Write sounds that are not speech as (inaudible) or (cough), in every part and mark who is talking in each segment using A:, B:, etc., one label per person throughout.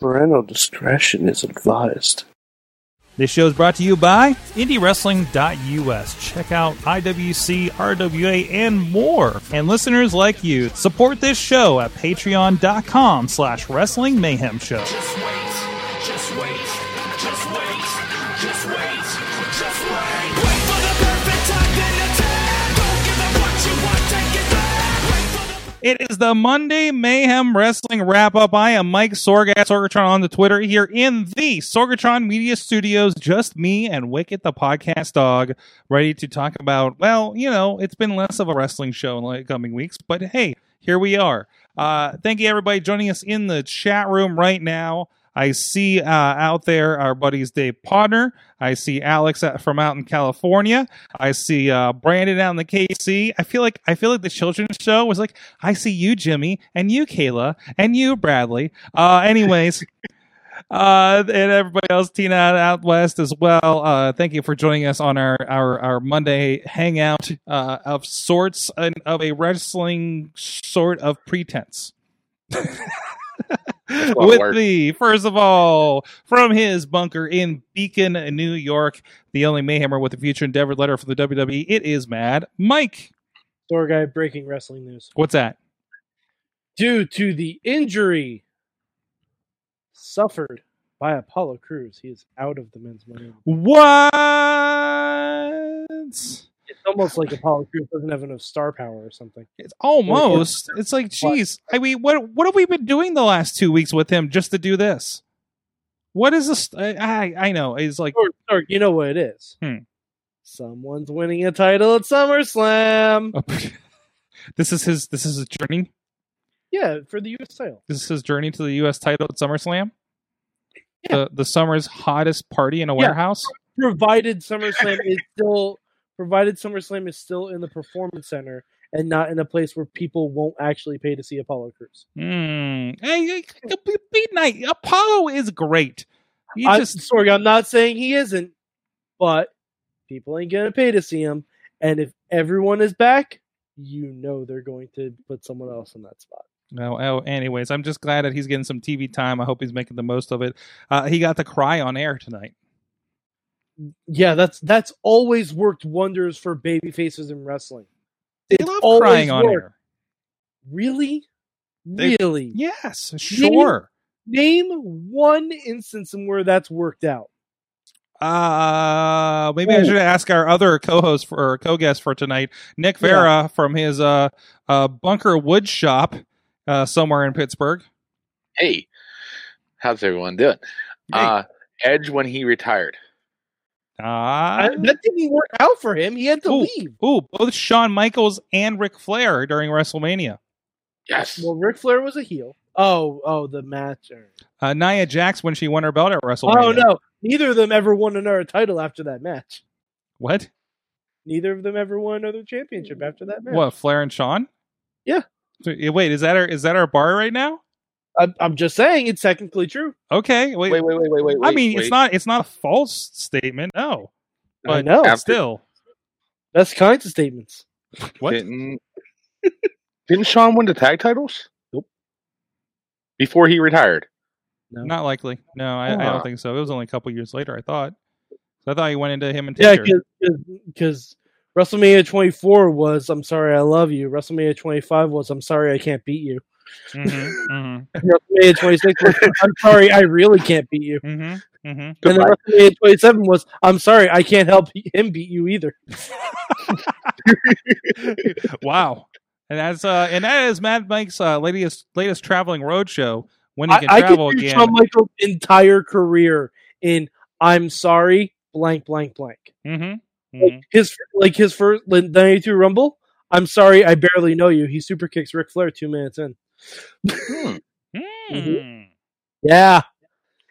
A: Parental discretion is advised.
B: This show is brought to you by IndieWrestling.us. Check out IWC, RWA, and more. And listeners like you, support this show at patreon.com slash wrestling mayhem show.
C: Just wait, just wait, just wait, just wait, just wait. Wait for the perfect time, then attack. Don't give up what you want, take it back. Wait for the
B: It is the Monday Mayhem Wrestling Wrap Up. I am Mike Sorg at Sorgatron on the Twitter here in the Sorgatron Media Studios. Just me and Wicket the Podcast Dog ready to talk about, well, you know, it's been less of a wrestling show in the coming weeks, but hey, here we are. Uh, thank you, everybody, joining us in the chat room right now. I see uh, out there our buddies Dave Podner. I see Alex at, from out in California. I see uh, Brandon out in the KC. I feel like I feel like the children's show was like I see you Jimmy and you Kayla and you Bradley. Uh, anyways, uh, and everybody else, Tina out west as well. Uh, thank you for joining us on our our, our Monday hangout uh, of sorts and of a wrestling sort of pretense.
D: lot of
B: (laughs) With
D: work.
B: the first of all, from his bunker in Beacon, New York, the only Mayhemmer with a future endeavor letter for the WWE. It is Mad Mike.
E: Door guy breaking wrestling news.
B: What's that?
E: Due to the injury suffered by Apollo Cruz, he is out of the men's money. League.
B: What?
E: It's almost like Apollo Cruz doesn't have enough star power or something.
B: It's almost. It's like, geez. I mean, what what have we been doing the last two weeks with him just to do this? What is this? I I, I know. It's like (laughs)
E: Or, or you know what it is.
B: Hmm.
E: Someone's winning a title at SummerSlam.
B: this is his this is his journey.
E: Yeah, for the U.S. title.
B: This is his journey to the U.S. title at SummerSlam. The the summer's hottest party in a
E: Yeah.
B: warehouse.
E: Provided SummerSlam is still provided SummerSlam is still in the Performance Center and not in a place where people won't actually pay to see Apollo Cruz.
B: Mm. Hey, hey, be, be nice. Apollo is great. You
E: I'm
B: just
E: sorry, I'm not saying he isn't, but people ain't gonna pay to see him. And if everyone is back, you know they're going to put someone else in that spot.
B: No, oh, anyways, I'm just glad that he's getting some TV time. I hope he's making the most of it. Uh, he got the cry on air tonight.
E: Yeah, that's that's always worked wonders for baby faces in wrestling.
B: They
E: It's
B: love
E: always
B: crying on
E: worked.
B: air.
E: Really?
B: They-
E: really?
B: Yes, sure.
E: Name one instance in where that's worked out.
B: Uh, maybe I
E: Oh.
B: should ask our other co-host for or co-guest for tonight, Nick
E: Yeah.
B: Vera from his uh, uh bunker wood shop uh, somewhere in Pittsburgh.
D: Hey, how's everyone doing? Uh, Edge when he retired.
B: Ah.
E: I- that didn't work out for him. He had to
B: Ooh.
E: leave.
B: ooh, both Shawn Michaels and Ric Flair during WrestleMania.
D: Yes.
E: Well, Ric Flair was a heel. Oh, oh, the match.
B: Uh, Nia Jax when she won her belt at WrestleMania.
E: Oh no, neither of them ever won another title after that match.
B: What?
E: neither of them ever won another championship after that match.
B: What? Flair and Shawn?
E: Yeah.
B: So, eh, Wait, is that our is that our bar right now?
E: I'm, I'm just saying it's technically true.
B: Okay. Wait.
D: wait, wait, wait, wait, wait.
B: I mean, it's
D: wait.
B: not it's not a false statement. No,
E: I
B: but
E: know.
D: After-
B: still,
E: That's kinds of statements.
B: what?
D: Didn't, (laughs) didn't Sean win the tag titles?
E: Nope.
D: Before he retired.
B: Not likely. No, I, I don't
D: Huh.
B: think so. It was only a couple years later. I thought. So I thought you went into him and
E: Yeah,
B: Taker.
E: because WrestleMania 24 was "I'm sorry, I love you." WrestleMania 25 was "I'm sorry, I can't beat you." (laughs)
B: Mhm, mhm,
E: WrestleMania 26 was "I'm sorry, I really can't beat you."
B: mhm, mhm.
E: And then
D: Goodbye.
E: WrestleMania 27 was "I'm sorry, I can't help him beat you either."
B: Wow. And that's uh, and that is Mad Mike's uh, latest latest traveling road show when he
E: I,
B: can
E: I
B: travel
E: could do
B: again.
E: Shawn Michaels' entire career in "I'm sorry, blank, blank, blank."
B: mm-hmm,
E: Like his like his first like, the '92 Rumble. I'm sorry, I barely know you. He super kicks Ric Flair two minutes in.
D: Hmm.
B: mm
E: Yeah,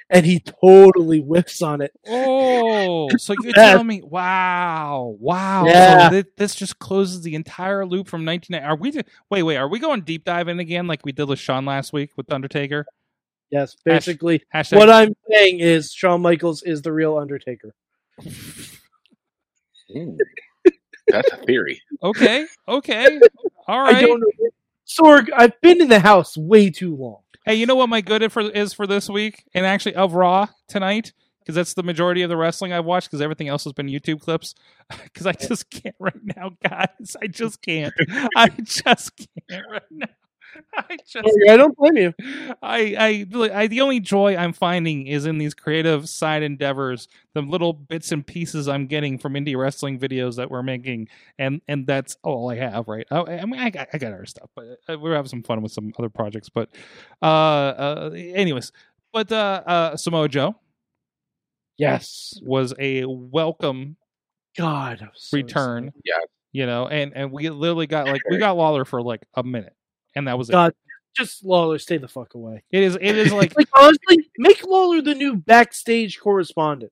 E: and he totally whiffs on it.
B: Oh, so you're
E: Yes.
B: telling me? Wow, wow!
E: Yeah.
B: So thi- this just closes the entire loop from 1990. Are we? ju- Wait, wait. Are we going deep diving again, like we did with Sean last week with Undertaker?
E: Yes, basically,
B: Hashtag.
E: what I'm saying is Shawn Michaels is the real Undertaker.
D: (laughs) Hmm. That's a theory.
B: okay, okay,
E: (laughs)
B: all
E: I
B: right.
E: don't know. Sorg, I've been in the house way too long.
B: Hey, you know what my good for is for this week, and actually of Raw tonight, because that's the majority of the wrestling I've watched. Because everything else has been YouTube clips. (laughs) Because I just can't right now, guys. I just can't. I just can't right now. (laughs) I just
E: I don't blame you.
B: I, I, really- I, the only joy I'm finding is in these creative side endeavors, the little bits and pieces I'm getting from indie wrestling videos that we're making, and and that's all I have, right? I, I mean, I got, I got other stuff, but uh, we're having some fun with some other projects. But, uh, uh anyways, but uh, uh, Samoa Joe
E: Yes.
B: was a welcome
E: God. I'm so
B: return,
D: Yeah.
B: you know, and and we literally got like we got Lawler for like a minute, and that was it.
E: God. excited. Just Lawler, stay the fuck away.
B: It is, it is like
E: Like honestly, make Lawler the new backstage correspondent.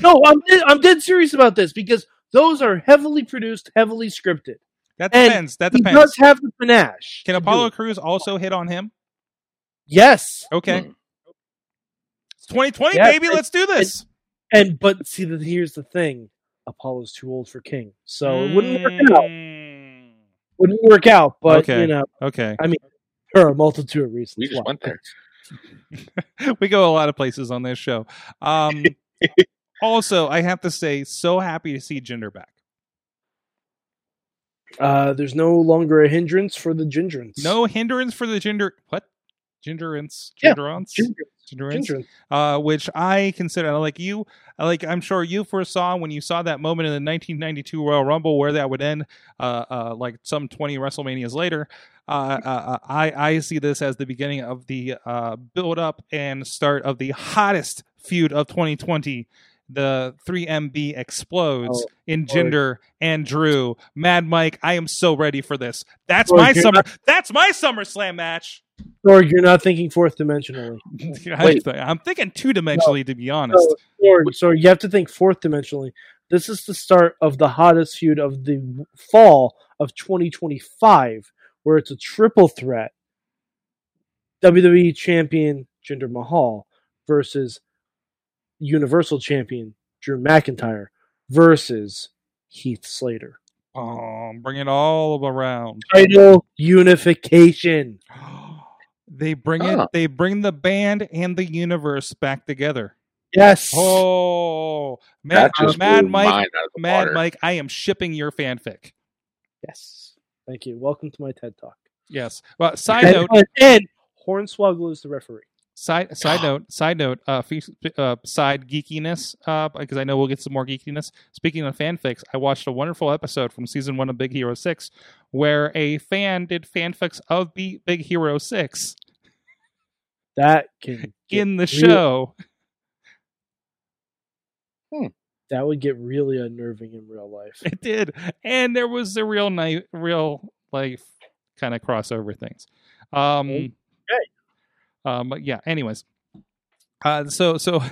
E: No, I'm I'm dead serious about this because those are heavily produced, heavily scripted. (laughs)
B: that
E: And
B: depends. That
E: He
B: depends.
E: does have the panache.
B: Can
E: to do
B: Apollo
E: it.
B: Crews also hit on him?
E: Yes.
B: Okay. It's 2020,
E: Yeah,
B: baby.
E: it-
B: Let's do this.
E: And but see, the, here's the thing: Apollo's too old for King, so it wouldn't work out.
B: Mm.
E: Wouldn't work out. But
B: Okay.
E: you know,
B: Okay. (laughs)
E: there are a multitude of reasons.
D: We just
E: why.
D: went there.
B: we go a lot of places on this show.
E: (laughs)
B: Um, also, I have to say, so happy to see Jinder back.
E: Uh, there's no longer a hindrance for the gingerance.
B: No hindrance for the Jinder. What? Ginderance.
E: Yeah,
B: Ginderance.
E: Gingerance.
B: Ginderance.
E: Gingerance.
B: uh, which I consider like you, like I'm sure you foresaw when you saw that moment in the 1992 Royal Rumble where that would end, uh, uh, like some 20 WrestleManias later. Uh, uh, uh, I I see this as the beginning of the uh, build up and start of the hottest feud of 2020. The 3MB explodes
E: Oh,
B: in Jinder and Drew. Mad Mike, I am so ready for this. That's
E: Lord,
B: my
E: you're
B: summer. That's my SummerSlam match. (laughs)
E: Sorg, you're not thinking fourth dimensionally.
B: I'm, th- I'm thinking two dimensionally, to be honest.
E: No, Sorg, Sorg, you have to think fourth dimensionally. This is the start of the hottest feud of the fall of 2025, where it's a triple threat: WWE champion Jinder Mahal versus Universal champion Drew McIntyre versus Heath Slater.
B: Um, bring it all around.
E: Title unification.
B: (gasps) they bring it.
D: Ah.
B: They bring the band and the universe back
D: (sighs)
B: together.
E: Yes.
B: Oh, Mad,
D: That just
B: Mad
D: blew
B: Mike,
D: mine out of the
B: Mad
D: water.
B: Mike, I am shipping your fanfic.
E: Yes. Thank you. Welcome to my TED Talk.
B: Yes. Well, side note.
E: And, and Hornswoggle is the referee.
B: Side side note. Side note. Uh, fe- uh side geekiness. Uh, because I know we'll get some more geekiness. Speaking of fanfics, I watched a wonderful episode from season one of Big Hero Six, where a fan did fanfics of B- Big Hero Six.
E: That can get
B: in the
E: real-
B: show.
E: that would get really unnerving in real
B: (laughs)
E: life.
B: (laughs) It did, and there was the real night, real life kind of crossover things. Um,
E: Okay.
B: um, but yeah. Anyways, uh, so so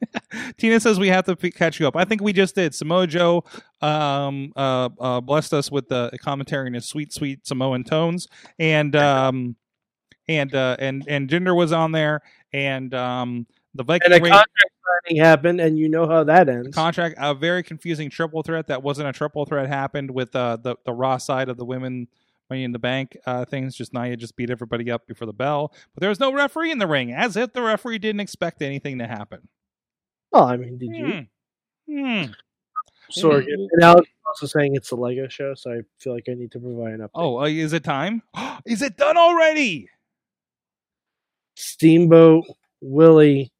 B: (laughs) Tina says we have to p- catch you up. I think we just did. Samoa Joe um, uh, uh, blessed us with the commentary in his sweet, sweet Samoan tones, and um, and uh, and and Jinder was on there, and um, the Viking
E: And a
B: Raiders-
E: contract signing happened, and you know how that ends.
B: contract a very confusing triple threat that wasn't a triple threat happened with uh, the the raw side of the women money in the bank uh, things just Nia just beat everybody up before the bell but there was no referee in the ring as if the referee didn't expect anything to happen
E: oh, I mean, did you?
B: Hmm. Hmm.
E: Sorry. And Alex is also saying it's a Lego show, so I feel like I need to provide an update.
B: oh uh, is it time (gasps) is it done already
E: Steamboat Willie,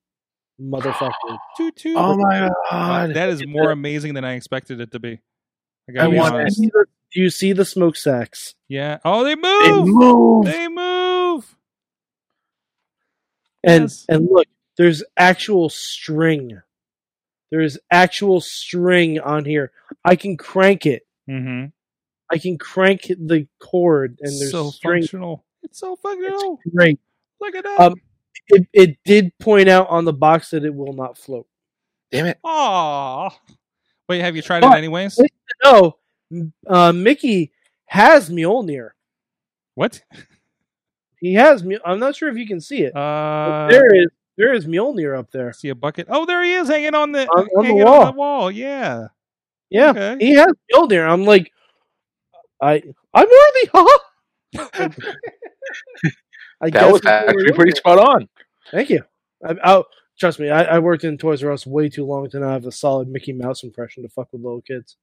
E: motherfucker.
B: toot, toot.
D: Oh my
B: Uh,
D: (gasps) god!
B: that is more amazing than I expected it to be I
D: I
B: gotta be
D: want
B: honest.
E: Do you see the smoke sacks?
B: yeah oh they
D: They
B: move
D: move.
B: they move
E: And
B: Yes.
E: and look, there's actual string. There's actual string on here. I can crank it.
B: mm-hmm.
E: I can crank the cord, and there's
B: so
E: string.
B: functional it's so
E: It's
B: functional
E: great.
B: look at that
E: Um, It, it did point out on the box that it will not float.
D: Damn it!
B: Aw. Wait, have you tried it
E: What?
B: anyways?
E: What? No, m- uh, Mickey has Mjolnir.
B: What?
E: He has. Mj- I'm not sure if you can see it. but
B: Uh,
E: there is there is Mjolnir up there.
B: see a bucket. Oh, there he is hanging on the
E: On- on the
B: hanging
E: wall.
B: on the wall. Yeah.
E: Yeah,
B: Okay.
E: he has Mjolnir. I'm like, (laughs) I I'm worthy, huh? I
D: That was
E: that's what we're
D: actually
E: doing.
D: pretty spot on.
E: Thank you. I, I, trust me, I, I worked in Toys R Us way too long to not have a solid Mickey Mouse impression to fuck with little kids.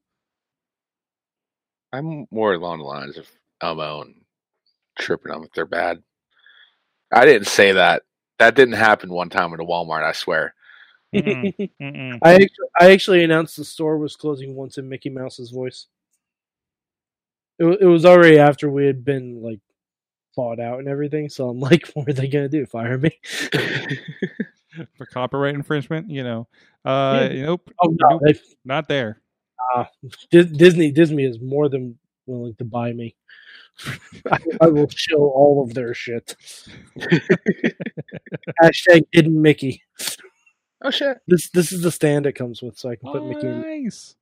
D: I'm more along the lines of Elmo and tripping them if they're bad. I didn't say that. That didn't happen one time at a Walmart. I swear.
B: Mm-mm. Mm-mm.
E: (laughs) I actually, I actually announced the store was closing once in Mickey Mouse's voice. It, wa- it was already after we had been like thought out and everything, so I'm like, (laughs) what are they gonna do? Fire me?
B: For copyright infringement, you know. Uh, Nope,
E: Oh no, they,
B: not there.
E: Dis- Disney Disney is more than willing to buy me. (laughs) I, I will show all of their shit. (laughs) Hashtag hidden Mickey.
D: Oh shit!
E: This this is the stand it comes with, so I can put Mickey. in.
B: Nice.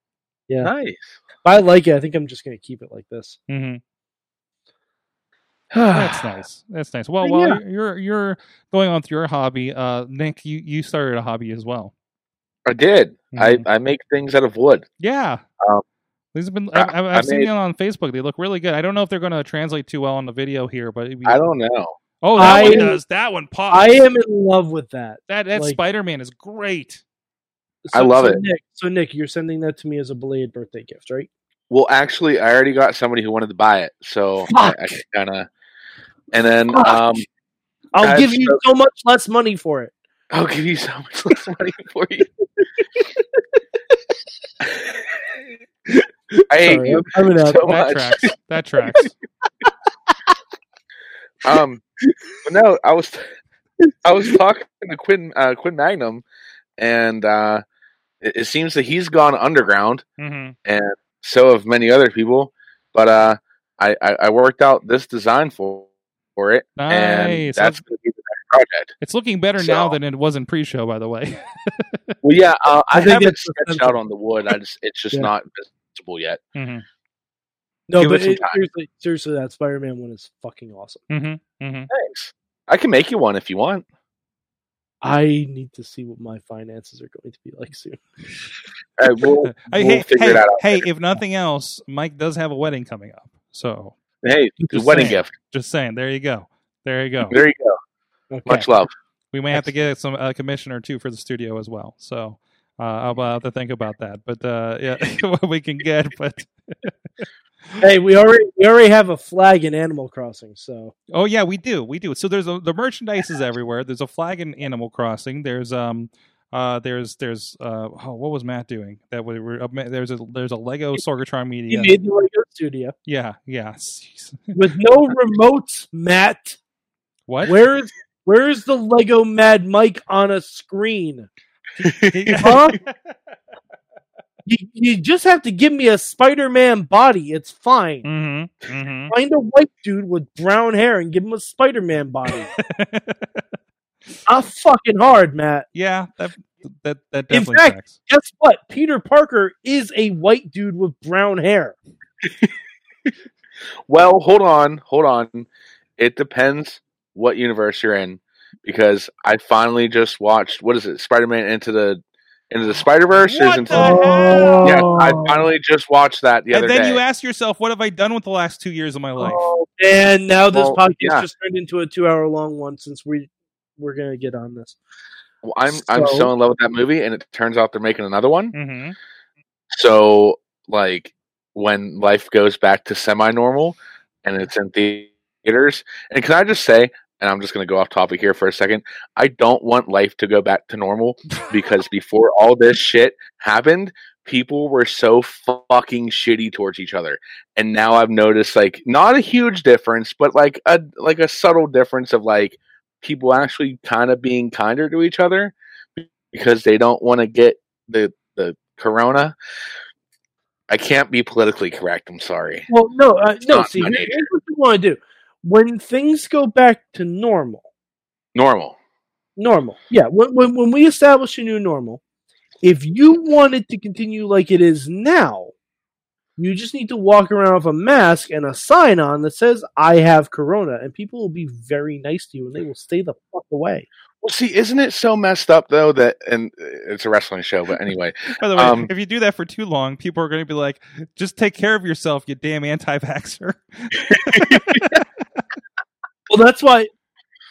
E: Yeah.
D: Nice.
E: But I like it. I think I'm just gonna keep it like this. (sighs)
B: Mm-hmm. That's nice. That's nice. Well,
E: Uh,
B: while
E: yeah.
B: you're you're going on to your hobby, uh, Nick, you you started a hobby as well.
D: I did.
B: Mhm.
E: Mm-hmm.
D: I, I make things out of wood.
B: Yeah.
D: Um,
B: These have been.
D: I-
B: I've, I've,
D: I
B: I've seen
D: made-
B: it on Facebook. They look really good. I don't know if they're going to translate too well on the video here, but it'd be-
D: I don't know.
B: Oh, that
E: I-
B: one does. That one pops.
E: I am in love with that.
B: That that
E: like-
B: Spider Man is great.
E: So-
D: I love
E: so
D: it.
E: Nick, so Nick, you're sending that to me as a belated birthday gift, right?
D: Well, actually, I already got somebody who wanted to buy it, so I,
E: Fuck.
D: kind of. And then,
E: Fuck.
D: um,
E: I'll
D: That's
E: give you so much less money for it.
D: I'll give you so much less money for
E: (laughs)
D: you. I hate
E: Sorry,
D: you
E: I'm, uh, I'm an
D: (laughs) so
B: That
D: much.
B: tracks. That tracks.
D: Um, but no, I was I was talking to Quinn uh, Quinn Magnum, and uh, it, it seems that he's gone underground.
B: hmm
D: So have many other people. But uh, I, I I worked out this design for for it, and
B: Nice.
D: that's going to be the next project.
B: it's looking better now
D: so-
B: than it was in pre-show, by the
D: (laughs)
B: way.
D: Well, yeah,
B: (laughs)
D: uh,
E: I
D: I,
E: think
D: haven't
E: that's
D: sketched
E: essential.
D: out on the wood. I just it's just
E: Yeah.
D: not visible yet.
B: hmm
E: No,
D: Give it
E: but
D: some
E: it-
D: time.
E: seriously, seriously, that Spider-Man one is fucking awesome.
B: hmm hmm
D: Thanks. I can make you one if you
B: (laughs)
D: want.
E: I need to see what my finances are going to be like
D: (laughs)
E: soon.
D: Uh, we'll,
B: Hey,
D: we'll
B: hey,
D: figure
B: hey,
D: that out.
B: hey, if nothing else, Mike does have a wedding coming up. So
D: Hey,
B: Just
D: wedding
B: saying.
D: gift.
B: just saying, there you go. There you go.
D: There you go.
E: Okay.
D: Much love.
B: We may have to get some uh, commission or two for the studio as well. So uh, I'll I'll have to think about that. But uh, (laughs) yeah, what we can get. But
E: Hey, we already we already have a flag in Animal Crossing, so
B: Oh yeah, we do. We do. So there's a, the merchandise is everywhere. There's a flag in Animal Crossing. There's um uh there's there's uh oh, what was Matt doing? That we were uh, Ma- there's a there's a Lego Sorgatron
E: you
B: Media.
E: made the Lego
B: (laughs)
E: Studio
B: Yeah, yeah. Jeez.
E: with no remotes, Matt.
B: What? (laughs)
E: Where is where is the Lego Mad Mike on a screen?
B: huh? (laughs)
E: Huh? You, you just have to give me a Spider-Man body. It's fine.
B: Mhm. Mhm.
E: Find a white dude with brown hair and give him a Spider-Man
B: (laughs)
E: body. I'm fucking hard, Matt.
B: yeah, that that that definitely
E: fact-
B: tracks.
E: Guess what? Peter Parker is a white dude with brown hair.
D: Well, hold on, hold on. It depends what universe you're in, because I finally just watched what is it, Spider-Man into the into the Spider Verse?
B: What
D: Into
B: the hell?
D: yeah, I finally just watched that the other
B: and then
D: day.
B: you ask yourself, what have I done with the last two years of my life?
E: Oh, and now this
D: Well,
E: podcast
D: yeah.
E: just turned into a two-hour-long one since we we're gonna get on this.
D: Well, I'm I'm
E: So-
D: so in love with that movie, and it turns out they're making another one.
B: hmm
D: So like when life goes back to semi-normal, and it's in theaters. And can I just say? And I'm just going to go off topic here for a second. I don't want life to go back to normal because before all this shit happened, people were so fucking shitty towards each other. And now I've noticed like not a huge difference, but like a like a subtle difference of like people actually kind of being kinder to each other because they don't want to get the the corona. I can't be politically correct. I'm sorry.
E: Well, no, uh, no.
D: not
E: See,
D: my
E: here-
D: nature.
E: here's what you want to do. When things go back to normal,
D: Normal.
E: normal, yeah. When, when when we establish a new normal, if you want it to continue like it is now, you just need to walk around with a mask and a sign on that says "I have Corona," and people will be very nice to you, and they will stay the fuck away.
D: Well, see, isn't it so messed up though that and uh, it's a wrestling show, but anyway,
B: By the way,
D: Um,
B: if you do that for too long, people are going to be like, just take care of yourself, you damn anti vaxxer.
E: Well, that's why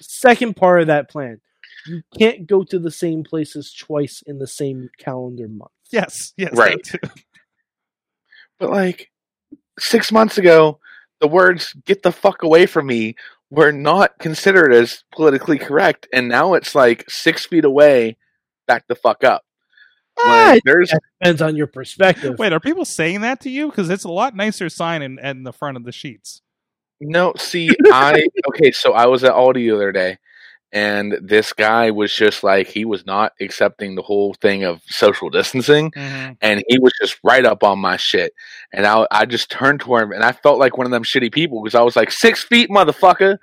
E: second part of that plan. You can't go to the same places twice in the same calendar month.
B: (laughs) Yes, yes,
D: Right.
B: that too.
D: But like six months ago, the words "get the fuck away from me" were not considered as politically correct, and now it's like six feet away. Back the fuck up.
E: Ah,
D: Like, there's
E: that depends on your perspective.
B: Wait, are people saying that to you? Because it's a lot nicer sign in, in the front of the sheets.
D: no see. I okay. So I was at Aldi the other day, and this guy was just like he was not accepting the whole thing of social distancing. and he was just right up on my shit. And I, I just turned to him, and I felt like one of them shitty people because I was like six feet, motherfucker.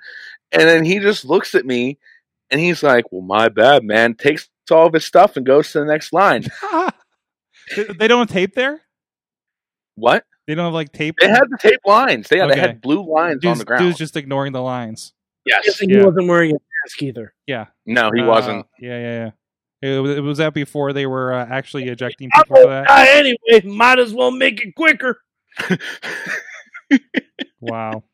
D: And then he just looks at me, and he's like, "Well, my bad, man." Takes all of his stuff and goes to the next line.
B: They- (laughs) they don't have tape there.
D: What?
B: They don't have like tape.
D: They had the tape lines. They,
B: Okay.
D: they had blue lines
B: dude's,
D: on the ground.
B: dude's just ignoring the lines.
E: I'm
D: yes.
E: guessing
B: Yeah.
E: he wasn't wearing a mask either.
D: No, he
B: Uh,
D: wasn't.
B: Yeah, yeah, yeah. It was, was that before they were uh, actually
D: (laughs)
B: ejecting
E: I'm
B: people for
E: gonna
B: that?
E: die anyway. Might as well make it quicker.
B: Wow.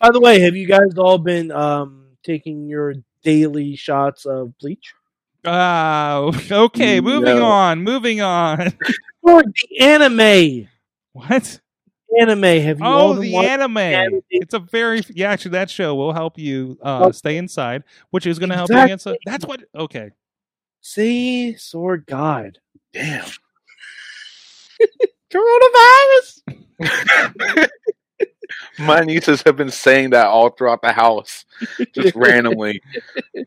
E: By the way, have you guys all been um, taking your daily shots of bleach?
B: Uh, (laughs) okay, moving
D: No.
B: on. Moving on. (laughs)
E: Or the anime?
B: what?
E: Anime? Have you all
B: Oh,
E: been
B: the
E: watching?
B: anime.
E: anime.
B: It's a very yeah. Actually, that show will help you uh,
E: Oh.
B: stay inside, which is going to help you
E: Exactly.
B: against. a- That's what. Okay.
E: See, sword god.
D: Damn.
E: Coronavirus.
D: My nieces have been saying that all throughout the house,
E: (laughs)
D: just randomly. It'll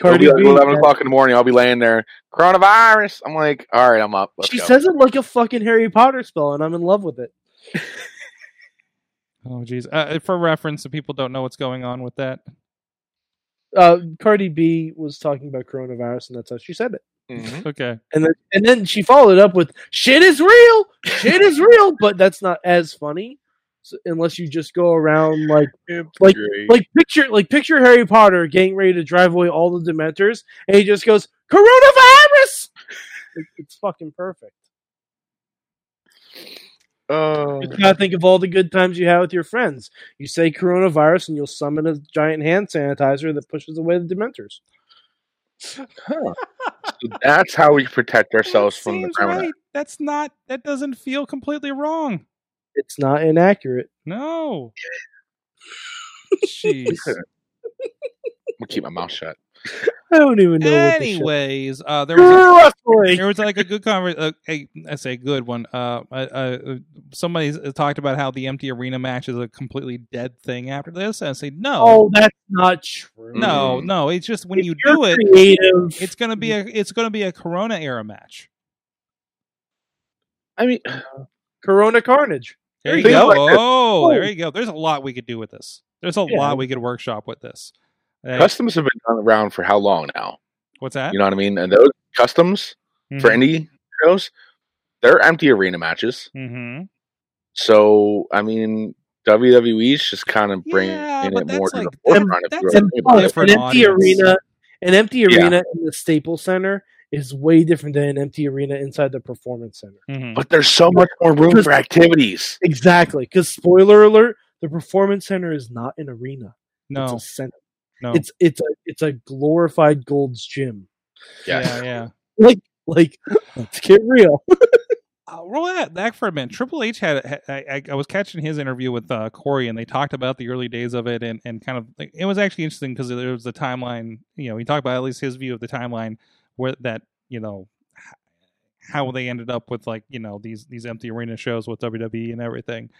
E: Cardi
D: be like
E: B.
D: 11 o'clock in the morning. I'll be laying there. Coronavirus. I'm like, all right, I'm up. Let's
E: She
D: go.
E: says it like a fucking Harry Potter spell, and I'm in love with it.
B: Oh, geez. Uh, for reference, so people don't know what's going on with that.
E: Uh, Cardi B was talking about coronavirus, and that's how she said it.
D: Mhm.
B: Okay.
E: And then, and then she followed it up with "Shit is real, shit is real," but that's not as funny so, unless you just go around like like
D: Great.
E: like picture like picture Harry Potter getting ready to drive away all the Dementors, and he just goes coronavirus. It- It's fucking perfect.
D: Oh,
E: You gotta think of all the good times you have with your friends. You say coronavirus, and you'll summon a giant hand sanitizer that pushes away the Dementors.
D: that's how we protect ourselves
B: That
D: from the
B: seems
D: corona.
B: right. That's not. That doesn't feel completely wrong.
E: It's not inaccurate.
B: No.
E: (laughs)
B: Jeez.
D: I'm gonna keep my mouth shut.
E: I don't even know. What
B: Anyways, uh, there
E: the
B: was. A,
E: shit- wrestling.
B: there was like a good conver Uh, a, I say good one. Uh, uh, uh, somebody talked about how the empty arena match is a completely dead thing after this, and I say no,
E: Oh, that's not true.
B: no,
D: Mm.
B: no. It's just when
E: If
B: you
E: you're
B: do it,
E: creative,
B: it's gonna be a it's gonna be a Corona era match.
D: I mean,
E: Corona Carnage.
B: There you
D: Think
B: go.
D: about this.
B: oh, there
E: Oh.
B: you go. There's a lot we could do with this. There's a
E: Yeah.
B: lot we could workshop with this. Hey,
D: (laughs) customs have been done around for how long now?
B: what's that?
D: You know what I mean? And those customs for indie shows, they're empty arena matches.
B: mm-hmm.
D: So I mean, WWE's just kind of bringing
B: Yeah, but
D: it more
B: that's
D: to
B: like-
D: the forefront. if
B: that's
D: you
B: a
D: really think
B: Oh,
D: about it.
B: different
E: an empty
B: audience.
E: arena, an empty
D: Yeah.
E: arena in the Staples Center is way different than an empty arena inside the Performance Center.
B: Mm-hmm.
D: But there's so much more room
E: Because-
D: for activities.
E: Exactly, because spoiler alert: the Performance Center is not an arena.
B: No,
E: It's a center.
B: no.
E: It's it's a it's a glorified Gold's Gym. (laughs)
D: Yes.
B: Yeah, yeah.
E: Like, let's get real. (laughs)
B: Uh, roll that back for a minute. Triple H had, had I, I- I was catching his interview with uh, Corey, and they talked about the early days of it, and, and kind of like, it was actually interesting because there was the timeline. You know, he talked about at least his view of the timeline where that you know h- how they ended up with like you know these these empty arena shows with WWE and everything,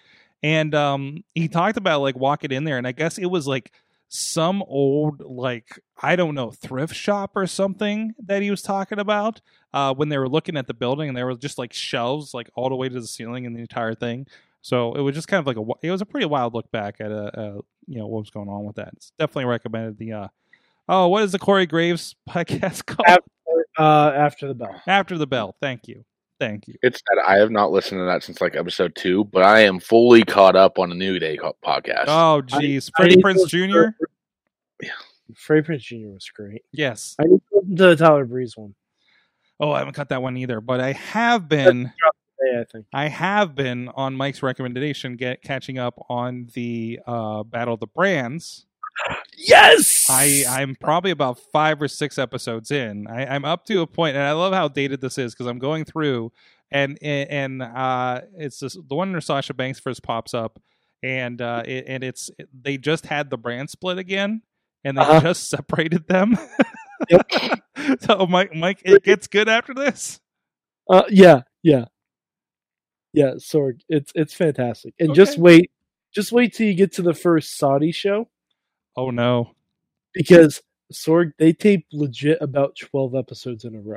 B: and um he talked about like walking in there, and I guess it was like some old like I don't know thrift shop or something that he was talking about uh, when they were looking at the building and there was just like shelves like all the way to the ceiling in the entire thing. So it was just kind of like a wi- it was a pretty wild look back at uh uh you know what was going on with that. It's definitely recommended the uh oh what is the Corey Graves (laughs) podcast called
E: After- Uh, after the bell,
B: After the Bell. Thank you, thank you.
D: It's that I have not listened to that since like episode two, but I am fully caught up on the New Day co- podcast.
B: Oh geez,
E: I
B: Freddie
E: need
B: Prince
E: to-
B: Jr.
E: Freddie Prince Jr. was great.
B: Yes.
E: I need to listen to the Tyler Breeze one.
B: Oh, I haven't cut that one either, but I have been.
E: Yeah, I think.
B: I have been on Mike's recommendation get catching up on the uh, Battle of the Brands
E: Yes.
B: I I'm probably about five or six episodes in. I, I'm up to a point, and I love how dated this is because I'm going through, and and uh, it's this, the one where Sasha Banks first pops up, and uh, it, and it's they just had the brand split again, and they
E: Uh-huh.
B: just (laughs) separated them.
E: Yep.
B: (laughs) so Mike Mike, it gets good after this.
E: Uh, yeah, yeah, yeah. Sorg, it's it's fantastic. And just
B: Okay.
E: wait, just wait till you get to the first Saudi show
B: Oh no!
E: because Sorg they tape legit about twelve episodes in a row,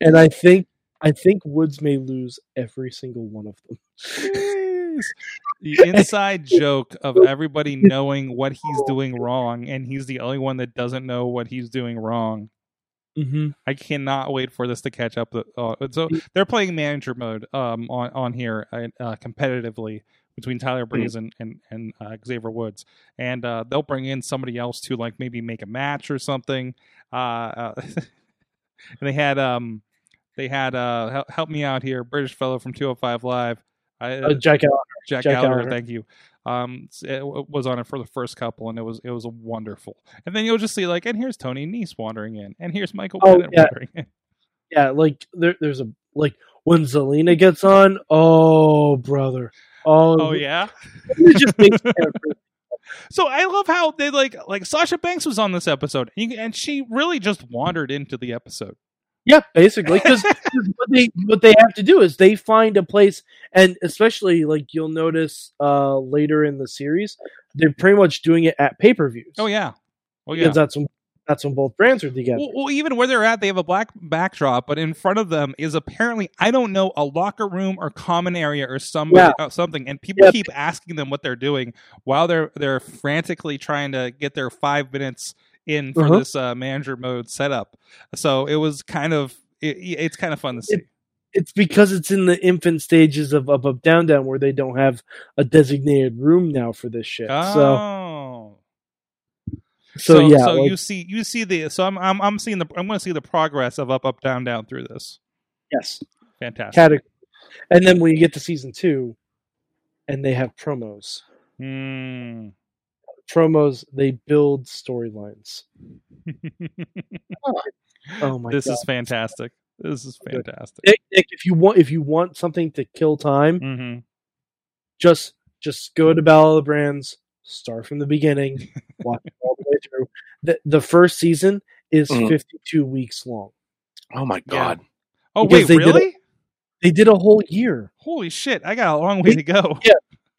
E: and I think I think Woods may lose every single one of them.
B: Jeez. The inside joke of everybody knowing what he's doing wrong, and he's the only one that doesn't know what he's doing wrong.
E: (laughs) Mm-hmm.
B: I cannot wait for this to catch up. Uh, so they're playing manager mode um, on on here uh, competitively between
E: Mm-hmm.
B: Tyler Breeze and and, and uh, Xavier Woods, and uh, they'll bring in somebody else to like maybe make a match or something. Uh, uh, (laughs) and they had um they had uh help, help me out here, British fellow from 205 Live. I,
E: Uh, Jack Allen.
B: Jack,
E: Jack
B: Gallagher,
E: Gallagher.
B: thank you. Um, s- it w- was on it for the first couple, and it was it was wonderful. And then you'll just see like, and here's Tony Nese wandering in, and here's Michael
E: Oh,
B: Bennett
E: yeah.
B: wandering in.
E: Yeah, like there, there's a like when Zelina gets on. Oh, brother. Oh,
B: (laughs) Oh yeah.
E: It just
B: (laughs)
E: makes every-
B: So I love how they like like Sasha Banks was on this episode, and, you, and she really just wandered into the episode.
E: Yeah, basically, because what they what they have to do is they find a place, and especially like you'll notice uh later in the series, they're pretty much doing it at pay per views.
B: Oh yeah. Oh yeah.
E: because that's when that's when both brands are together.
B: Well, well, even where they're at, they have a black backdrop, but in front of them is apparently I don't know a locker room or common area or somebody, uh, something, and people
E: Yeah.
B: keep asking them what they're doing while they're they're frantically trying to get their five minutes in for
E: Uh-huh.
B: this uh, manager mode setup. So it was kind of it, it's kind of fun to see.
E: It's because it's in the infant stages of up up down down where they don't have a designated room now for this shit. So
B: oh.
E: so, yeah,
B: Ah, so
E: like,
B: you see you see the so I'm I'm I'm seeing the I'm going to see the progress of up up down down through this.
E: yes,
B: Fantastic.
E: category. And then when you get to season two, and they have promos,
B: Hmm. (laughs)
E: promos they build storylines. Oh my
B: this
E: god.
B: is fantastic. This is
E: Good.
B: fantastic.
E: Nick, Nick, if you want if you want something to kill time,
B: hmm
E: just just go to Battle of the Brands, start from the
B: (laughs)
E: beginning, watch it all the way through. The, the first season is
D: Mhm.
E: 52 weeks long.
D: Oh my
B: Yeah.
D: god!
B: Oh
E: Because
B: wait,
E: they did
B: really?
E: They did a whole year.
B: Holy shit! I got a long way to go.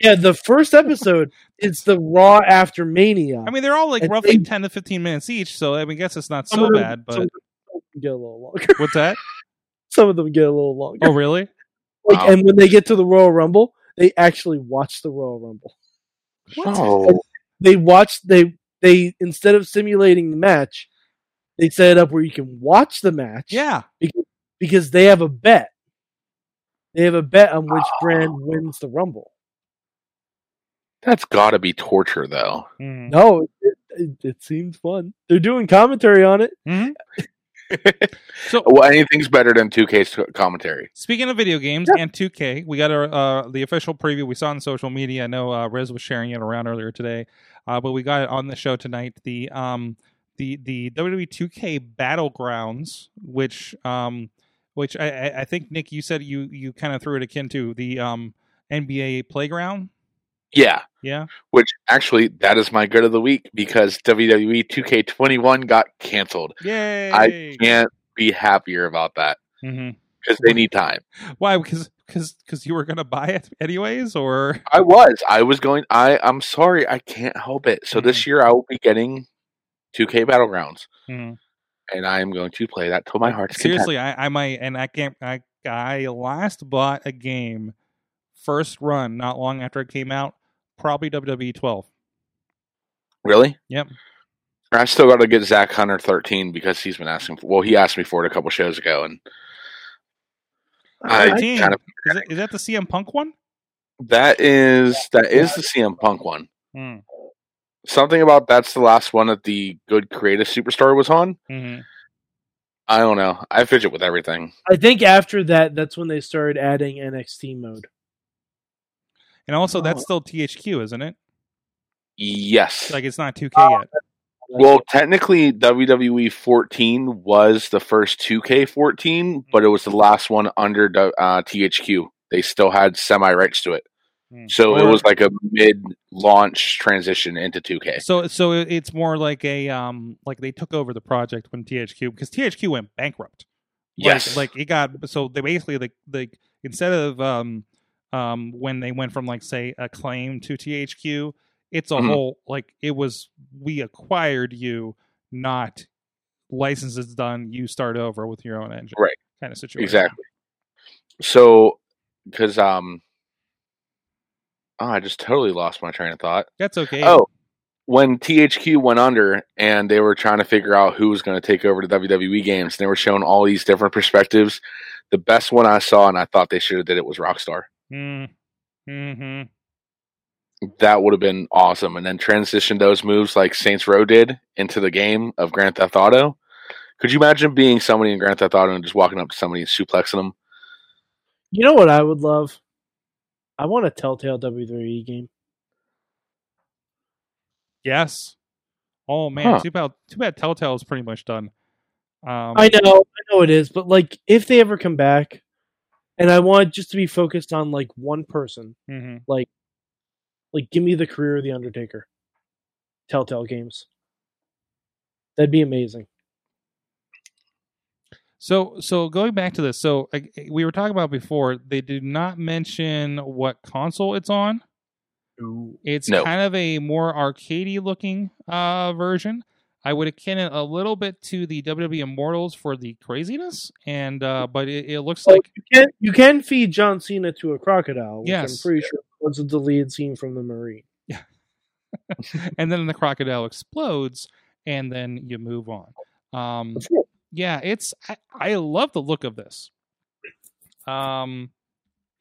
E: Yeah, the first
B: (laughs)
E: episode is the Raw after Mania.
B: I mean, they're all like
E: And
B: roughly
E: they-
B: ten to fifteen minutes each, so I mean, guess it's not
E: Some
B: so
E: of them-
B: bad.
E: some
B: But
E: of them get a little longer. (laughs)
B: what's that?
E: Some of them get a little longer. (laughs)
B: Oh really?
E: Like,
D: wow.
E: And when they get to the Royal Rumble, they actually watch the Royal Rumble.
D: No.
E: they watched they they instead of simulating the match, they set it up where you can watch the match.
B: Yeah.
E: Because they have a bet. They have a bet on which brand wins the Rumble.
D: That's got to be torture, though.
B: Mm.
E: No, it, it, it seems fun. They're doing commentary on it.
B: Mhm. So
D: Well, anything's better than 2K's t- commentary.
B: Speaking of video games and 2K, we got our uh, the official preview. We saw it on social media. I know uh, Rez was sharing it around earlier today, uh, but we got it on the show tonight. The um the the WWE 2K Battlegrounds, which um which I, I- I think Nick, you said you you kind of threw it akin to the um NBA Playground.
D: Yeah,
B: Yeah.
D: which actually that is my good of the week because E WWE 2K21 got canceled.
B: Yay!
D: I can't be happier about that
B: hmm
D: because they need time.
B: Why? Because because because you were gonna buy it anyways, or
D: I was, I was going. I I'm sorry, I can't help it. So this year I will be getting 2K Battlegrounds,
B: Mhm.
D: and I am going to play that till my heart's content.
B: seriously I, I might and i can't i i last bought a game first run not long after it came out probably E wwe 12
D: Really?
B: Yep.
D: I still got to get Zach Hunter 13 because he's been asking. For, well, he asked me for it a couple shows ago, and I
B: 13.
D: kind of
B: is, it, is that the cm punk one
D: that is that is the CM Punk one.
B: Hmm,
D: Something about that's the last one that the good creative superstar was on.
B: mm-hmm.
D: I don't know. I fidget with everything.
E: I think after that, that's when they started adding NXT mode.
B: and also
D: Oh.
B: that's still thq isn't it
D: Yes.
B: Like it's not 2K
D: Oh,
B: yet.
D: well, technically, WWE 14 was the first 2K
B: Hmm.
D: 14, but it was the last one under uh, THQ. They still had semi rights to it,
B: Hmm.
D: so it
B: Or-
D: was like a mid-launch transition into 2K.
B: So so it- it's more like a um like they took over the project when THQ because THQ went bankrupt. Like-
D: Yes,
B: Like, it got so they basically like like instead of um um when they went from like say acclaim to THQ, it's a
D: Mhm.
B: whole like it was we acquired you, not licenses done, you start over with your own engine.
D: Right.
B: Kind of situation.
D: exactly. So, because um, oh, I just totally lost my train of thought.
B: That's okay.
D: Oh, when THQ went under and they were trying to figure out who was going to take over the WWE games, and they were showing all these different perspectives. The best one I saw, and I thought they should have did it, was Rockstar.
B: Mm. hmm
D: That would have been awesome. And then transition those moves like Saints Row did into the game of Grand Theft Auto. Could you imagine being somebody in Grand Theft Auto and just walking up to somebody and suplexing them?
E: You know what I would love? I want a Telltale WWE game.
B: Yes. Oh man,
D: Huh.
B: too bad. Too bad. Telltale is pretty much done. Um,
E: I know, I know it is, but like if they ever come back, and I want just to be focused on like one person,
B: mhm.
E: like give me the career of the Undertaker, Telltale games. That'd be amazing.
B: So, so going back to this, so I, we were talking about before, they do not mention what console it's on. It's
D: No.
B: kind of a more arcadey looking uh, version. I would akin it a little bit to the WWE Immortals for the craziness, and uh, but it, it looks
E: Oh,
B: like
E: You can you can feed John Cena to a crocodile. Which
B: Yes.
E: I'm pretty sure was a deleted scene from the Marine.
B: and then the crocodile explodes, and then you move on. Um, yeah it's I, I love the look of this um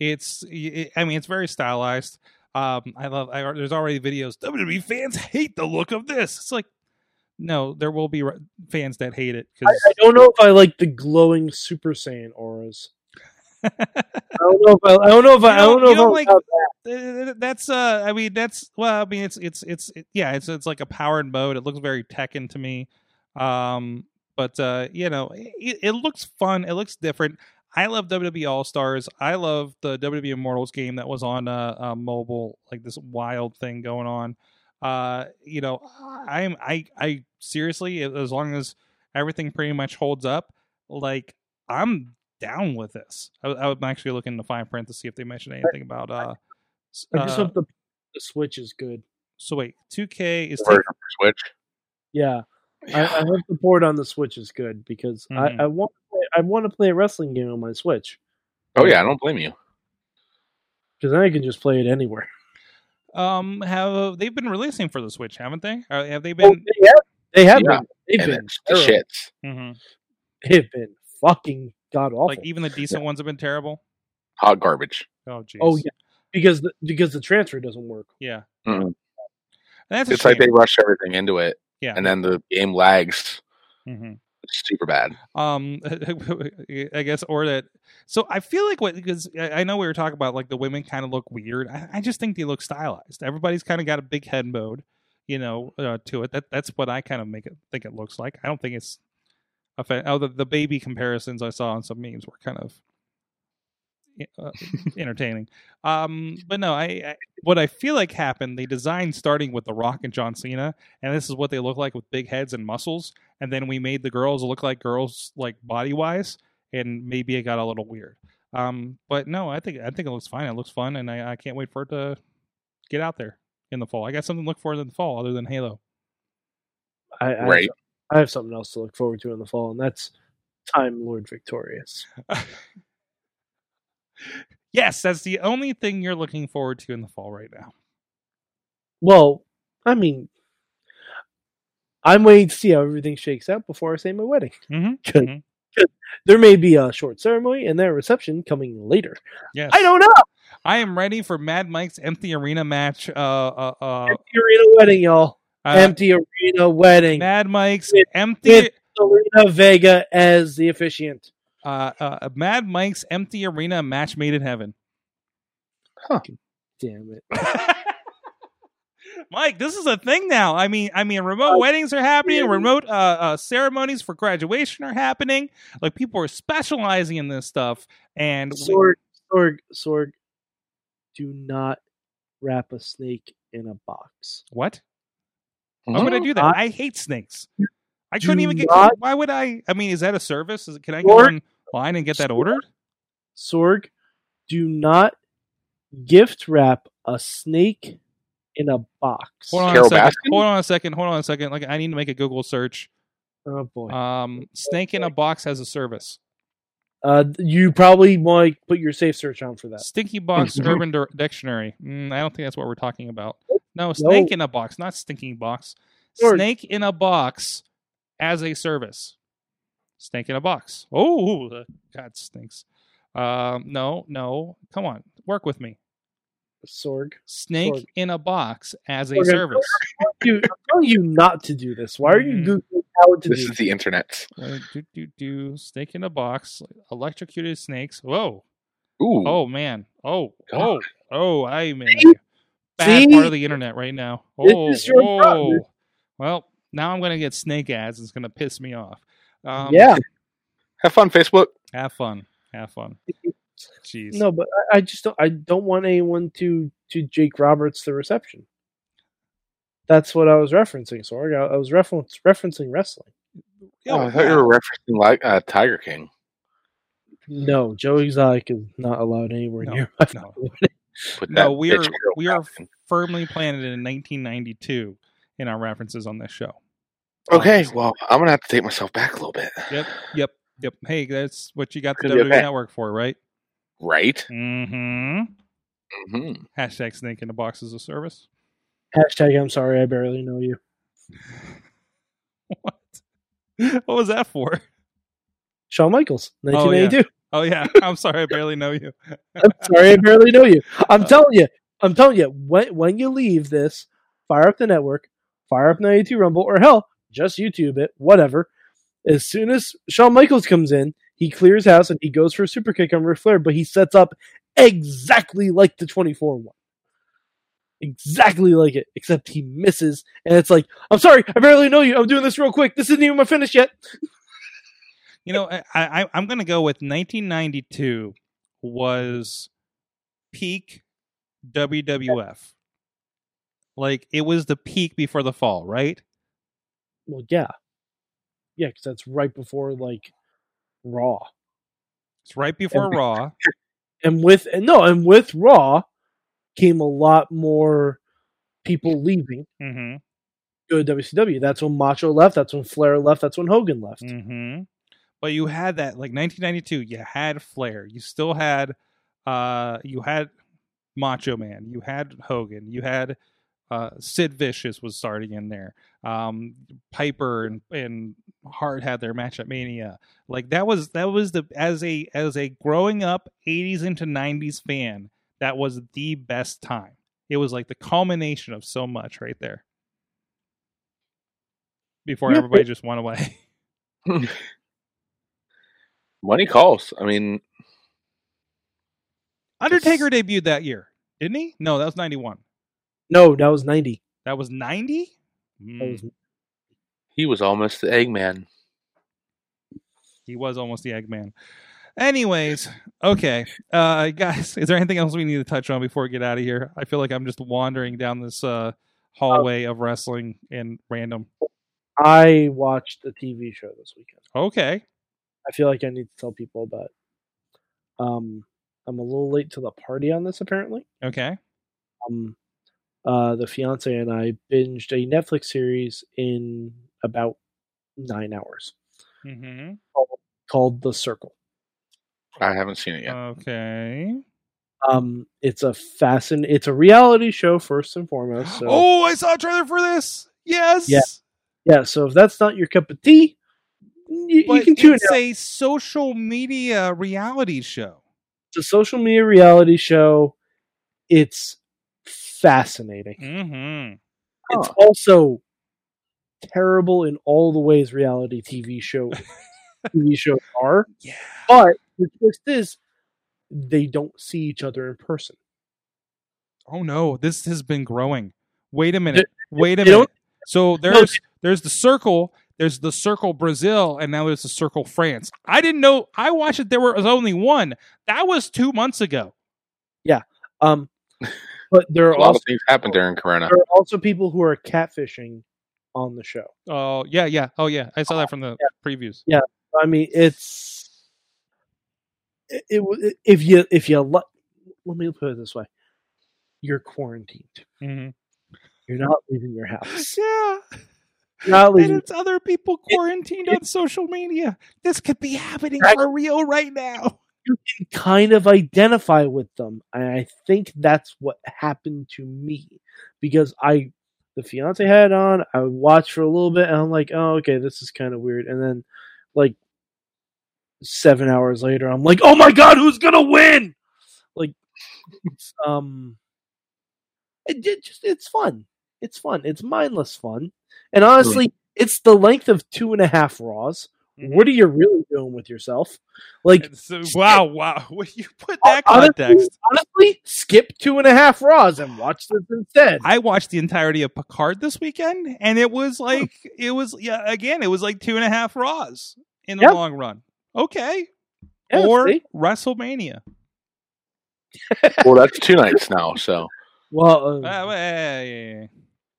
B: it's i i mean it's very stylized um i love I, there's already videos wwe fans hate the look of this it's like no there will be re- fans that hate it
E: I,
B: because
E: I don't know if I like the glowing Super Saiyan auras.
B: (laughs)
E: I don't know if I, I don't know if I, I
B: You
E: don't
B: don't-
E: know
B: you
E: if I
B: don't like-
E: like,
B: that's uh i mean that's well i mean it's it's it's it- yeah it's it's like a powered mode it looks very tekken to me um but uh you know it, it looks fun it looks different i love wwe all stars i love the wwe immortals game that was on uh, uh mobile like this wild thing going on uh you know i'm i i seriously as long as everything pretty much holds up like i'm down with this I, i'm actually looking in the fine print to see if they mention anything about uh s-
E: I just
B: uh,
E: hope the, the Switch is good.
B: so wait 2k is
D: Version for Switch.
E: Yeah.
B: (laughs)
E: I, I hope the board on the Switch is good because
B: Mhm.
E: I, I want to play, I want to play a wrestling game on my Switch
D: Oh yeah, I don't blame you.
E: because then I can just play it anywhere.
B: um have they've been releasing for the switch haven't they Or have they
E: Oh,
B: been
E: (laughs) they have, they have
D: Yeah,
E: been. They've
D: And
E: been,
D: it's the
E: terrible.
D: shits.
B: Mhm.
E: (laughs) They've been fucking god awful.
B: like even the decent ones have been terrible
D: Hot garbage.
B: oh geez
E: oh yeah, Mm-hmm. because the, because the transfer doesn't work.
B: yeah
D: Mm-mm.
B: that's a
D: It's like
B: shame.
D: they rushed everything into it,
B: Yeah.
D: and then the game lags
B: Mhm.
D: super bad.
B: um (laughs) i guess or that so i feel like what because i I know we were talking about like the women kind of look weird I, I just think they look stylized everybody's kind of got a big head mode you know uh, to it that that's what i kind of make it think it looks like i don't think it's offen- oh the, the baby comparisons i saw on some memes were kind of uh, entertaining um but no I, I what i feel like happened they designed starting with the rock and john cena and this is what they look like with big heads and muscles and then we made the girls look like girls like body wise and maybe it got a little weird um but no i think i think it looks fine it looks fun and i, I can't wait for it to get out there in the fall i got something to look for in the fall other than halo
E: I, I
D: Right.
E: I have something else to look forward to in the fall, and that's Time Lord Victorious.
B: yes that's the only thing you're looking forward to in the fall right now
E: Well, I mean, I'm waiting to see how everything shakes out before I say my wedding. (laughs)
B: Mhm,
E: 'Cause-
B: mhm.
E: 'cause (laughs) There may be a short ceremony and then a reception coming later.
B: yes
E: I don't know.
B: i am ready for mad mike's empty arena match uh uh uh,
E: Empty arena wedding, y'all.
B: uh,
E: Empty arena wedding.
B: mad mike's
E: With-
B: empty
E: with- Selena Vega as the officiant.
B: uh, uh mad mike's empty arena match made in heaven
E: Damn it.
B: Mike, this is a thing now. I mean, I mean,
E: Oh.
B: remote weddings are happening. Remote uh, uh, ceremonies for graduation are happening. Like people are specializing in this stuff, and we-
E: Sorg, Sorg, Sorg, do not wrap a snake in a box.
B: what?
D: Mhm.
B: Why would I do that?
E: Not-
B: I hate snakes. I couldn't
E: Do
B: even get.
E: not-
B: Why would I? I mean, is that a service? Is, can I go
E: Lord-
B: online and get that ordered?
E: Sorg, do not gift wrap a snake in a box.
B: Hold on
D: Carol
B: a second.
D: Baskin?
B: Hold on a second. Hold on a second. Like I need to make a Google search.
E: Oh boy.
B: Um, snake in a box has a service.
E: Uh, you probably want to put your safe search on for that.
B: Stinky box
D: Mhm.
B: urban Dir- dictionary. Mm, I don't think that's what we're talking about. No, snake in a box, not stinking box.
E: Sure.
B: Snake in a box as a service. Snake in a box. Oh, uh, God stinks. Um, no, no. Come on, work with me.
E: Sorg.
B: Snake
E: Sorg.
B: in a box as a
E: Sorg, I'm (laughs)
B: service.
E: Dude, I'm telling you not to do this. Why are you
B: Mhm.
E: Googling how to
D: This
E: do
D: is the internet.
B: Uh, do, do, do. Snake in a box. Electrocuted snakes. Whoa.
D: Ooh.
B: Oh man. Oh.
D: God.
B: Oh. Oh. I'm in
E: See?
B: a bad part
E: See?
B: of the internet right now.
E: This
B: Oh.
E: is your problem.
B: oh. Well, now I'm gonna get snake ads. It's gonna piss me off. Um,
E: Yeah.
D: Have fun, Facebook.
B: Have fun. Have fun. Jeez.
E: No, but I, I just don't. I don't want anyone to to Jake Roberts the reception. That's what I was referencing, Sorg. I, I was reference, referencing wrestling.
B: Yo,
D: oh, I thought you were referencing like uh, Tiger King.
E: No, Joe Exotic is not allowed anywhere
B: No,
E: near.
B: no.
D: Put
B: No,
D: that
B: we are-
D: bitch Carol
B: we are-
D: Baskin.
B: firmly planted in 1992 in our references on this show.
D: Okay,
B: Obviously.
D: well, I'm gonna have to take myself back a little bit.
B: Yep. Yep. Yep. Hey, that's what you got the
D: Gonna be
B: WWE
D: okay.
B: Network for, right?
D: Right?
B: Mm-hmm.
D: hmm
B: Hashtag snake in a box is a service. (laughs)
E: Hashtag I'm sorry, I barely know you.
B: What? What was that for?
E: Shawn Michaels,
B: Oh, yeah.
E: 1992.
B: Oh yeah, (laughs) I'm sorry, I barely know you.
E: I'm sorry, I barely know you. I'm telling you, I'm telling you. When when you leave this, fire up the network, fire up 92 Rumble, or hell, just YouTube it, whatever. As soon as Shawn Michaels comes in, he clears house and he goes for a super kick on Ric Flair, but he sets up exactly like the 24 one. Exactly like it, except he misses, and it's like, I'm sorry, I barely know you. I'm doing this real quick. This isn't even my finish yet.
B: You know, I, I I'm gonna go with 1992 was peak WWF. Like it was the peak before the fall, right?
E: Well, yeah, yeah, because that's right before like Raw.
B: It's right before Raw.
E: and with and no and with raw came a lot more people leaving
B: Mm-hmm.
E: to go to WCW. That's when Macho left. That's when Flair left. That's when Hogan left.
B: Mm-hmm. But you had that like 1992. You had Flair. You still had, uh, you had Macho Man. You had Hogan. You had uh, Sid Vicious was starting in there. Um, Piper and and Hart had their match at Mania. Like that was that was the as a as a growing up 80s into 90s fan. That was the best time. It was like the culmination of so much right there. Before
E: Yeah,
B: everybody just went away.
D: Money calls. I mean,
B: Undertaker debuted that year, didn't he? No, that was ninety one.
E: No, that was ninety.
B: That was ninety. Hmm,
E: That was
D: he was almost the Eggman.
B: He was almost the Eggman. Anyways, okay, uh, guys, is there anything else we need to touch on before we get out of here? I feel like I'm just wandering down this uh, hallway of wrestling and random.
E: I watched a TV show this weekend.
B: Okay,
E: I feel like I need to tell people about. it. Um, I'm a little late to the party on this apparently.
B: okay,
E: Um, uh, the fiance and I binged a Netflix series in about nine hours Mm-hmm.
B: hmm
E: called The Circle.
D: I haven't seen
B: Uh,
D: it yet.
B: okay.
E: Um, it's a fascin. It's a reality show first and foremost. So
B: Oh, I saw a trailer for this. Yes,
E: uh, Yeah. yeah, so if that's not your cup of tea, you, you
B: but
E: can tune it.
B: it's a social media reality show.
E: It's a social media reality show. It's fascinating.
B: Mm-hmm.
E: It's also terrible in all the ways reality TV
B: (laughs)
E: show TV shows are.
B: Yeah.
E: But the twist is, they don't see each other in person.
B: Oh no, this has been growing. Wait a minute. Wait a
E: they don't-
B: minute. (laughs) So there's there's the circle. There's the circle Brazil, and now there's the circle France. I didn't know. I watched it. There was only one. That was two months ago. (laughs)
E: Um, but there are
D: A lot
E: also
D: of things happened during Corona.
E: there are also people who are catfishing on the show.
B: Oh yeah, yeah. Oh yeah. I saw that from the previews.
E: I mean, it's it, it w- if you if you lo- let me put it this way, you're quarantined.
B: (laughs) hmm
E: You're not leaving your
B: (laughs)
E: house.
B: Yeah,
E: You're not
B: and
E: leaving.
B: it's other people quarantined on social media. This could be happening for real right now.
E: You kind of identify with them, and I think that's what happened to me because I the fiance had it on. I watched for a little bit, and I'm like, oh, okay, this is kind of weird. And then, like seven hours later, I'm like, oh my god, who's gonna win? Like, it's, um, it, it just it's fun. It's fun. It's mindless fun, and honestly, it's the length of two and a half raws. What are you really doing with yourself? Like,
B: So, wow, wow. (laughs) When you put that
E: Honestly-
B: context,
E: honestly, skip two and a half Raws and watch this instead.
B: I watched the entirety of Picard this weekend, and it was like it was yeah. Again, it was like two and a half Raws in the
E: Yeah.
B: long run. Okay,
E: Yeah,
B: or
E: see?
B: WrestleMania.
D: Well, that's two nights now.
B: (laughs)
D: So
E: well,
B: Ah,
E: uh,
B: well, yeah, yeah, yeah.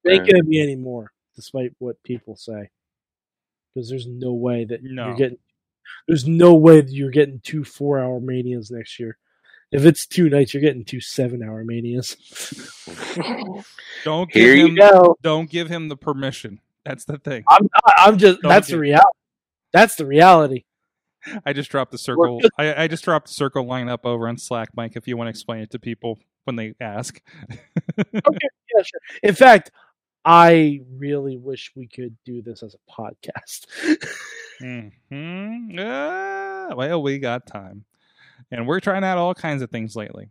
E: it ain't gonna be any more, despite what people say, because there's no way that
B: No.
E: you're getting. There's no way that you're getting two four-hour manias next year. If it's two nights, you're getting two seven-hour
B: (laughs)
E: manias.
B: Don't
D: Here
B: give
D: you
B: him.
E: No,
B: Don't give him the permission. That's the thing.
E: I'm. Not, I'm just.
B: Don't
E: that's
B: do
E: the reality. That's the reality.
B: I just dropped the circle.
E: good.
B: I, I just dropped the circle lineup over on Slack, Mike. If you want to explain it to people when they ask,
E: Yeah, sure. In fact, I really wish we could do this as a podcast. (laughs)
B: hmm Ah, well, we got time, and we're trying out all kinds of things lately.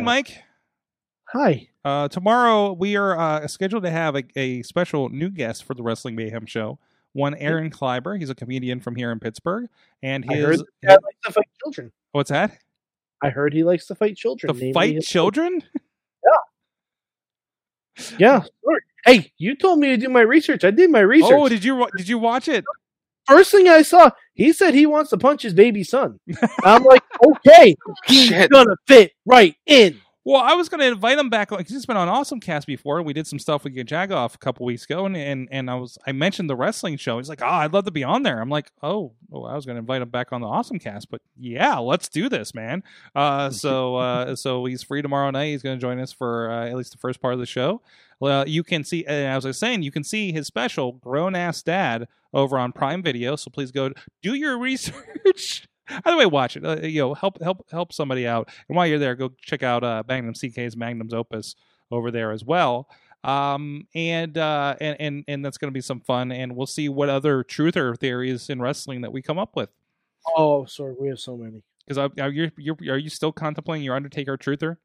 E: Yeah.
B: Mike,
E: Hi.
B: Uh, tomorrow we are uh, scheduled to have a, a special new guest for the Wrestling Mayhem show. One Aaron Kleiber, he's a comedian from here in Pittsburgh, and
E: I heard
B: his
E: the guy likes to fight children.
B: what's that?
E: I heard he likes to fight children.
B: To
E: namely
B: fight
E: his-
B: children? (laughs)
E: Yeah. sure. Hey, you told me to do my research. I did my research.
B: Oh, did you wa- did you watch it?
E: First thing I saw, he said he wants to punch his baby son. I'm
B: (laughs)
E: like, okay, he's
D: shit.
E: gonna fit right in.
B: Well, I was going to invite him back because he's been on Awesome Cast before, and we did some stuff with Jagoff a couple weeks ago, and, and and I was I mentioned the wrestling show. He's like, "Oh, I'd love to be on there." I'm like, "Oh, well, I was going to invite him back on the Awesome Cast, but yeah, let's do this, man." Uh, so uh, so he's free tomorrow night. He's going to join us for uh, at least the first part of the show. Well, you can see, and as I was saying, you can see his special "Grown Ass Dad" over on Prime Video. So please go do your (laughs) research. Either way, watch it. Uh, you know, help help help somebody out. And while you're there, go check out uh, Magnum CK's Magnum's Opus over there as well. Um, and uh, and and and that's going to be some fun. And we'll see what other truth or theories in wrestling that we come up with.
E: Oh, sorry, we have so many.
B: Because are you you're, are you still contemplating your Undertaker truther?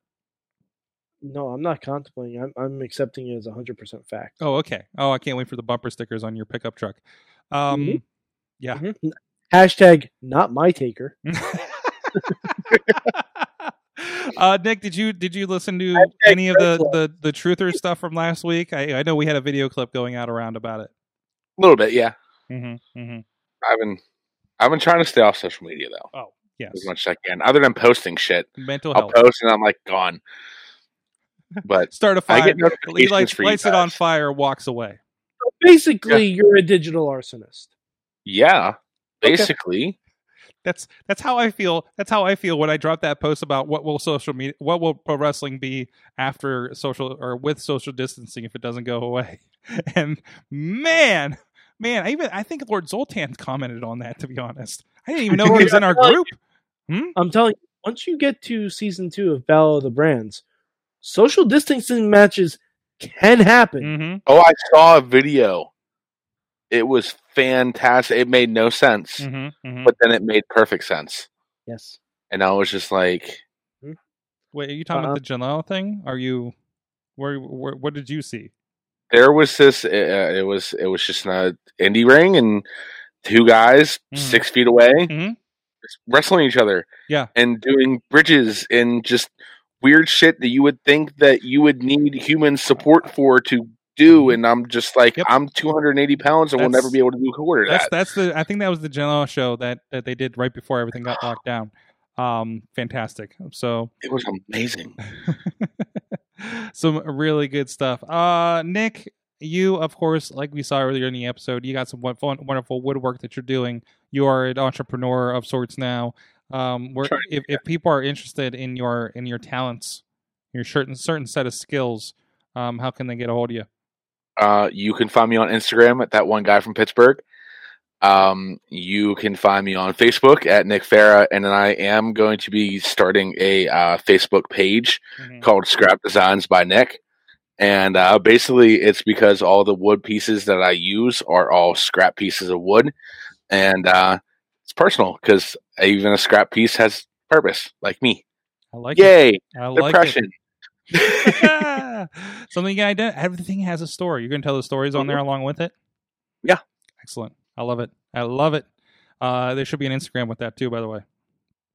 E: No, I'm not contemplating. I'm, I'm accepting it as 100 percent fact.
B: Oh, okay. Oh, I can't wait for the bumper stickers on your pickup truck. Um, yeah.
E: Mhm. Hashtag not my taker.
D: Mm-hmm.
B: (laughs) uh, Nick, did you did you listen to
E: Hashtag
B: any of the,
E: Craigslist.
B: the the truther stuff from last week? I, I know we had a video clip going out around about it.
D: a little bit, yeah.
B: Mm-hmm, mm-hmm.
D: I've been I've been trying to stay off social media though
B: Yes,
D: as much as I can. Other than posting shit,
B: mental
D: I'll
B: health.
D: post and I'm like
B: (laughs)
D: gone. But
B: Start a
D: I
B: fire.
D: get notifications
B: He lights,
D: for you
B: lights it on
D: guys.
B: fire. Walks away.
E: So basically, you're a digital arsonist.
D: Yeah,
E: Okay.
D: basically.
B: That's that's how I feel. That's how I feel when I drop that post about what will social media, what will pro wrestling be after social or with social distancing if it doesn't go away. (laughs) And man, man, I even I think Lord Zoltan commented on that. To be honest, I didn't even know he was in our group.
E: I'm telling you, once you get to season two of Battle of the Brands, social distancing matches can happen.
B: Mm-hmm.
D: Oh, I saw a video. It was fantastic. It made no sense,
B: Mm-hmm. mm-hmm.
D: but then it made perfect sense.
E: Yes.
D: And I was just like,
B: Wait, are you talking
E: Uh-uh.
B: about the Janelle thing? Are you? Where, where? What did you see?
D: there was this. Uh, it was it was just an indie ring and two guys
B: Mhm.
D: six feet away
B: Mhm.
D: just wrestling each other.
B: Yeah.
D: and doing bridges and just weird shit that you would think that you would need human support for to do, and I'm just like,
B: Mm-hmm. Yep.
D: I'm 280 pounds and
B: That's-
D: will never be able to do a quarter of
B: That's
D: that.
B: that's the I think that was the general show that that they did right before everything got locked down. Um, fantastic. So (laughs)
D: It was amazing.
B: some really good stuff. Uh, Nick, you of course, like we saw earlier in the episode, you got some won- fun- wonderful woodwork that you're doing. You are an entrepreneur of sorts now. Um, where
D: Trying to
B: if, if people are interested in your in your talents, your certain certain set of skills, um, how can they get a hold of you?
D: Uh, you can find me on Instagram at that one guy from Pittsburgh. Um, you can find me on Facebook at Nick Farah, and then I am going to be starting a uh, Facebook page called Scrap Designs by Nick. And uh, basically, it's because all the wood pieces that I use are all scrap pieces of wood. And uh, it's personal because even a scrap piece has purpose, like me.
B: I like it.
D: Yay!
B: I like it.
D: Depression.
B: (laughs) Something you can ident- Everything has a story. You're going to tell the stories on there along with it.
D: Yeah.
B: Excellent. I love it. I love it. Uh, there should be an Instagram with that too, by the way.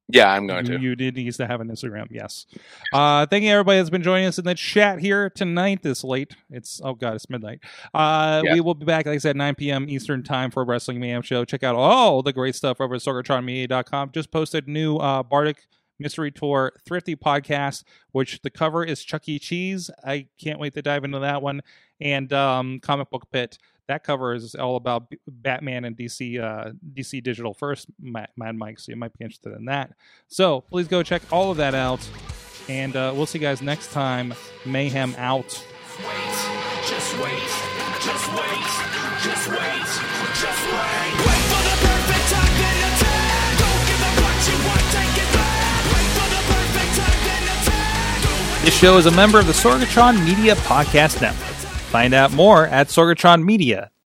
D: yeah, I'm going
B: you,
D: to.
B: you did need to have an Instagram. Yes. Uh, thank you everybody that's been joining us in the chat here tonight. This late. It's oh god, it's midnight. Uh,
D: Yeah.
B: We will be back, like I said, 9 p.m. Eastern time for Wrestling Mayhem show. Check out all the great stuff over at SorgatronMedia.com. Just posted new uh, Bardic Mystery Tour Thrifty podcast, which the cover is Chuck E. Cheese. I can't wait to dive into that one. And um, Comic Book Pit. That cover is all about B- Batman and DC uh, DC Digital First, Ma- Mad Mike. So you might be interested in that. So please go check all of that out. And uh, we'll see you guys next time. Mayhem out.
C: Just wait, just wait, just wait, just wait. Wait for the perfect time, then attack. Don't give up what you want, take it back. Wait for the perfect time, then attack. Don't
B: This show is a member of the Sorgatron Media Podcast Network. Find out more at sorgatronmedia.com.